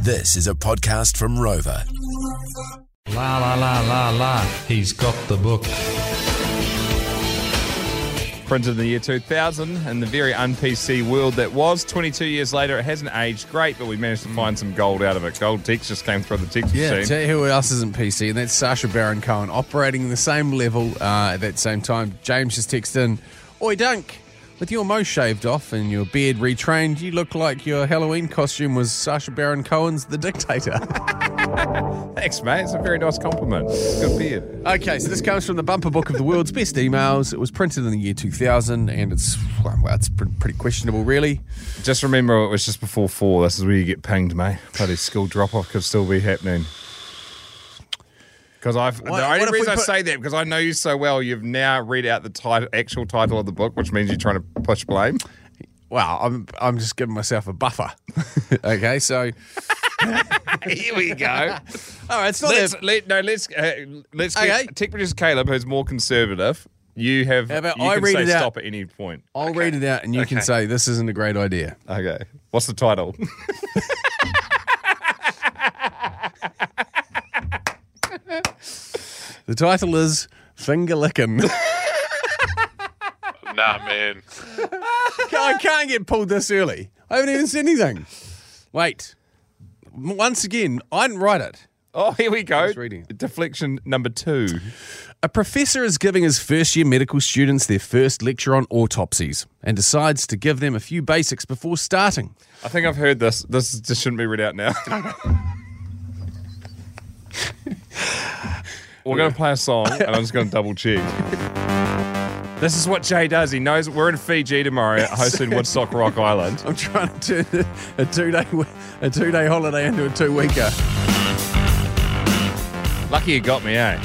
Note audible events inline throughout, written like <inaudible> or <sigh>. This is a podcast from Rover. La la la la la. He's got the book. printed in the year 2000 in the very un-PC world that was. 22 years later, it hasn't aged great, but we managed to find some gold out of it. Gold text just came through the text Yeah, machine. tell you who else isn't PC, and that's Sasha Baron Cohen operating the same level uh, at that same time. James just texted in, Oi, Dunk, with your mo shaved off and your beard retrained, you look like your Halloween costume was Sasha Baron Cohen's The Dictator. <laughs> Thanks, mate. It's a very nice compliment. Good beard. okay, so this comes from the bumper book of the world's best emails. It was printed in the year 2000, and it's, well, it's pre- pretty questionable, really. Just remember, it was just before four. This is where you get pinged, mate. Bloody school drop-off could still be happening. Because I've What- the what only if we reason I put- say that because I know you so well. You've now read out the title, actual title of the book, which means you're trying to push blame. Well, I'm, I'm just giving myself a buffer. <laughs> okay, so, Here we <laughs> go. all right, it's not let's that. let, no let's uh, let's get, Okay. tech producer Caleb, who's more conservative. You have How about you I can read say it out? stop at any point. I'll read it out, and you can say, this isn't a great idea. Okay, what's the title? <laughs> The title is Finger Licking. <laughs> Nah, man. I can't get pulled this early. I haven't even said anything. Wait. M- Once again, I didn't write it. oh, here we go. Just reading it. Deflection number two. A professor is giving his first year medical students their first lecture on autopsies and decides to give them a few basics before starting. I think I've heard this. This is- just shouldn't be read out now. <laughs> We're going to play a song, and I'm just going to double check. This is what Jay does. He knows we're in Fiji <laughs> tomorrow, hosting Woodstock Rock Island. I'm trying to turn a two day a two day holiday into a two weeker. Lucky you got me, eh?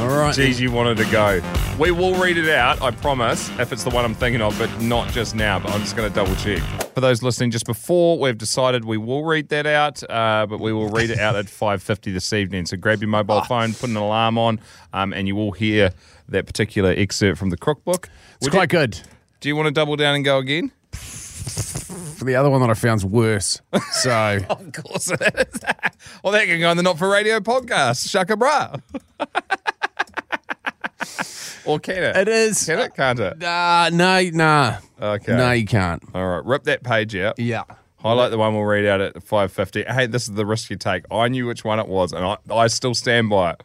All right. Geez, you wanted to go. We will read it out, I promise, if it's the one I'm thinking of, but not just now. But I'm just going to double check. For those listening, just before we've decided we will read that out, uh, but we will read it out <laughs> at 5:50 this evening. So grab your mobile phone, put an alarm on, um, and you will hear that particular excerpt from the Crook Book. It's quite good. Do you want to double down and go again? The other one that I found's worse. So <laughs> Of course it is. <laughs> well, that can go on the Not for Radio podcast. Shaka bra. <laughs> or can it? <laughs> it is. Can it? Can't it? Nah, no, nah. Okay. No, you can't. All right, rip that page out. Yeah. Highlight the one we'll read out at five fifty. Hey, this is the risk you take. I knew which one it was, and I, I still stand by it.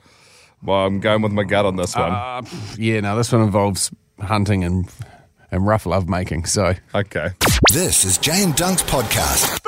Well, I'm going with my gut on this one. Uh, yeah, no, this one involves hunting and and rough love making. So okay. This is Jay and Dunk's podcast.